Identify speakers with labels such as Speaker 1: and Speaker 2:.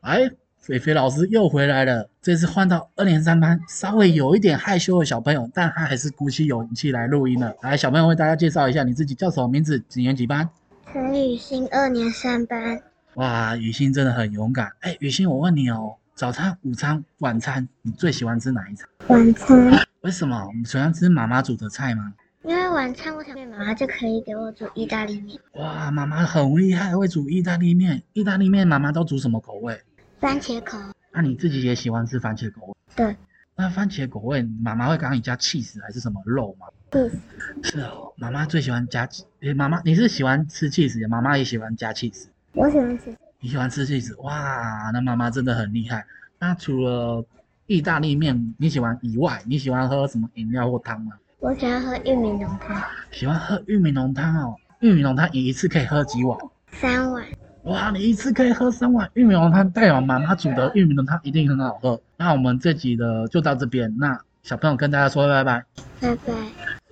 Speaker 1: 哎，肥肥老师又回来了，这次换到二年三班，稍微有一点害羞的小朋友，但他还是鼓起勇气来录音了。来，小朋友为大家介绍一下你自己叫什么名字，几年级班？
Speaker 2: 陈雨欣二年三班，
Speaker 1: 哇，雨欣真的很勇敢。哎，雨欣，我问你哦，早餐、午餐、晚餐，你最喜欢吃哪一餐？
Speaker 2: 晚餐，
Speaker 1: 为什么？你喜欢吃妈妈煮的菜吗？
Speaker 2: 因为晚餐我想被妈妈就可以给我煮意大利面，
Speaker 1: 哇，妈妈很厉害，会煮意大利面。意大利面妈妈都煮什么口味？
Speaker 2: 番茄口
Speaker 1: 那、你自己也喜欢吃番茄口味？
Speaker 2: 对。
Speaker 1: 那番茄口味，妈妈会给你加 cheese 还是什么肉吗？
Speaker 2: 不
Speaker 1: 是哦，妈妈最喜欢加，诶妈妈你是喜欢吃 cheese，的妈妈也喜欢加 cheese。
Speaker 2: 我喜欢吃
Speaker 1: 你喜欢吃 cheese，哇，那妈妈真的很厉害。那除了意大利面你喜欢以外，你喜欢喝什么饮料或汤吗？
Speaker 2: 我喜欢喝玉米浓汤，
Speaker 1: 喜欢喝玉米浓汤哦，玉米浓汤你一次可以喝几碗？
Speaker 2: 三碗，
Speaker 1: 哇，你一次可以喝三碗玉米浓汤，代表妈妈煮的玉米浓汤一定很好喝。那我们这集的就到这边，那小朋友跟大家说拜拜。
Speaker 2: 拜拜。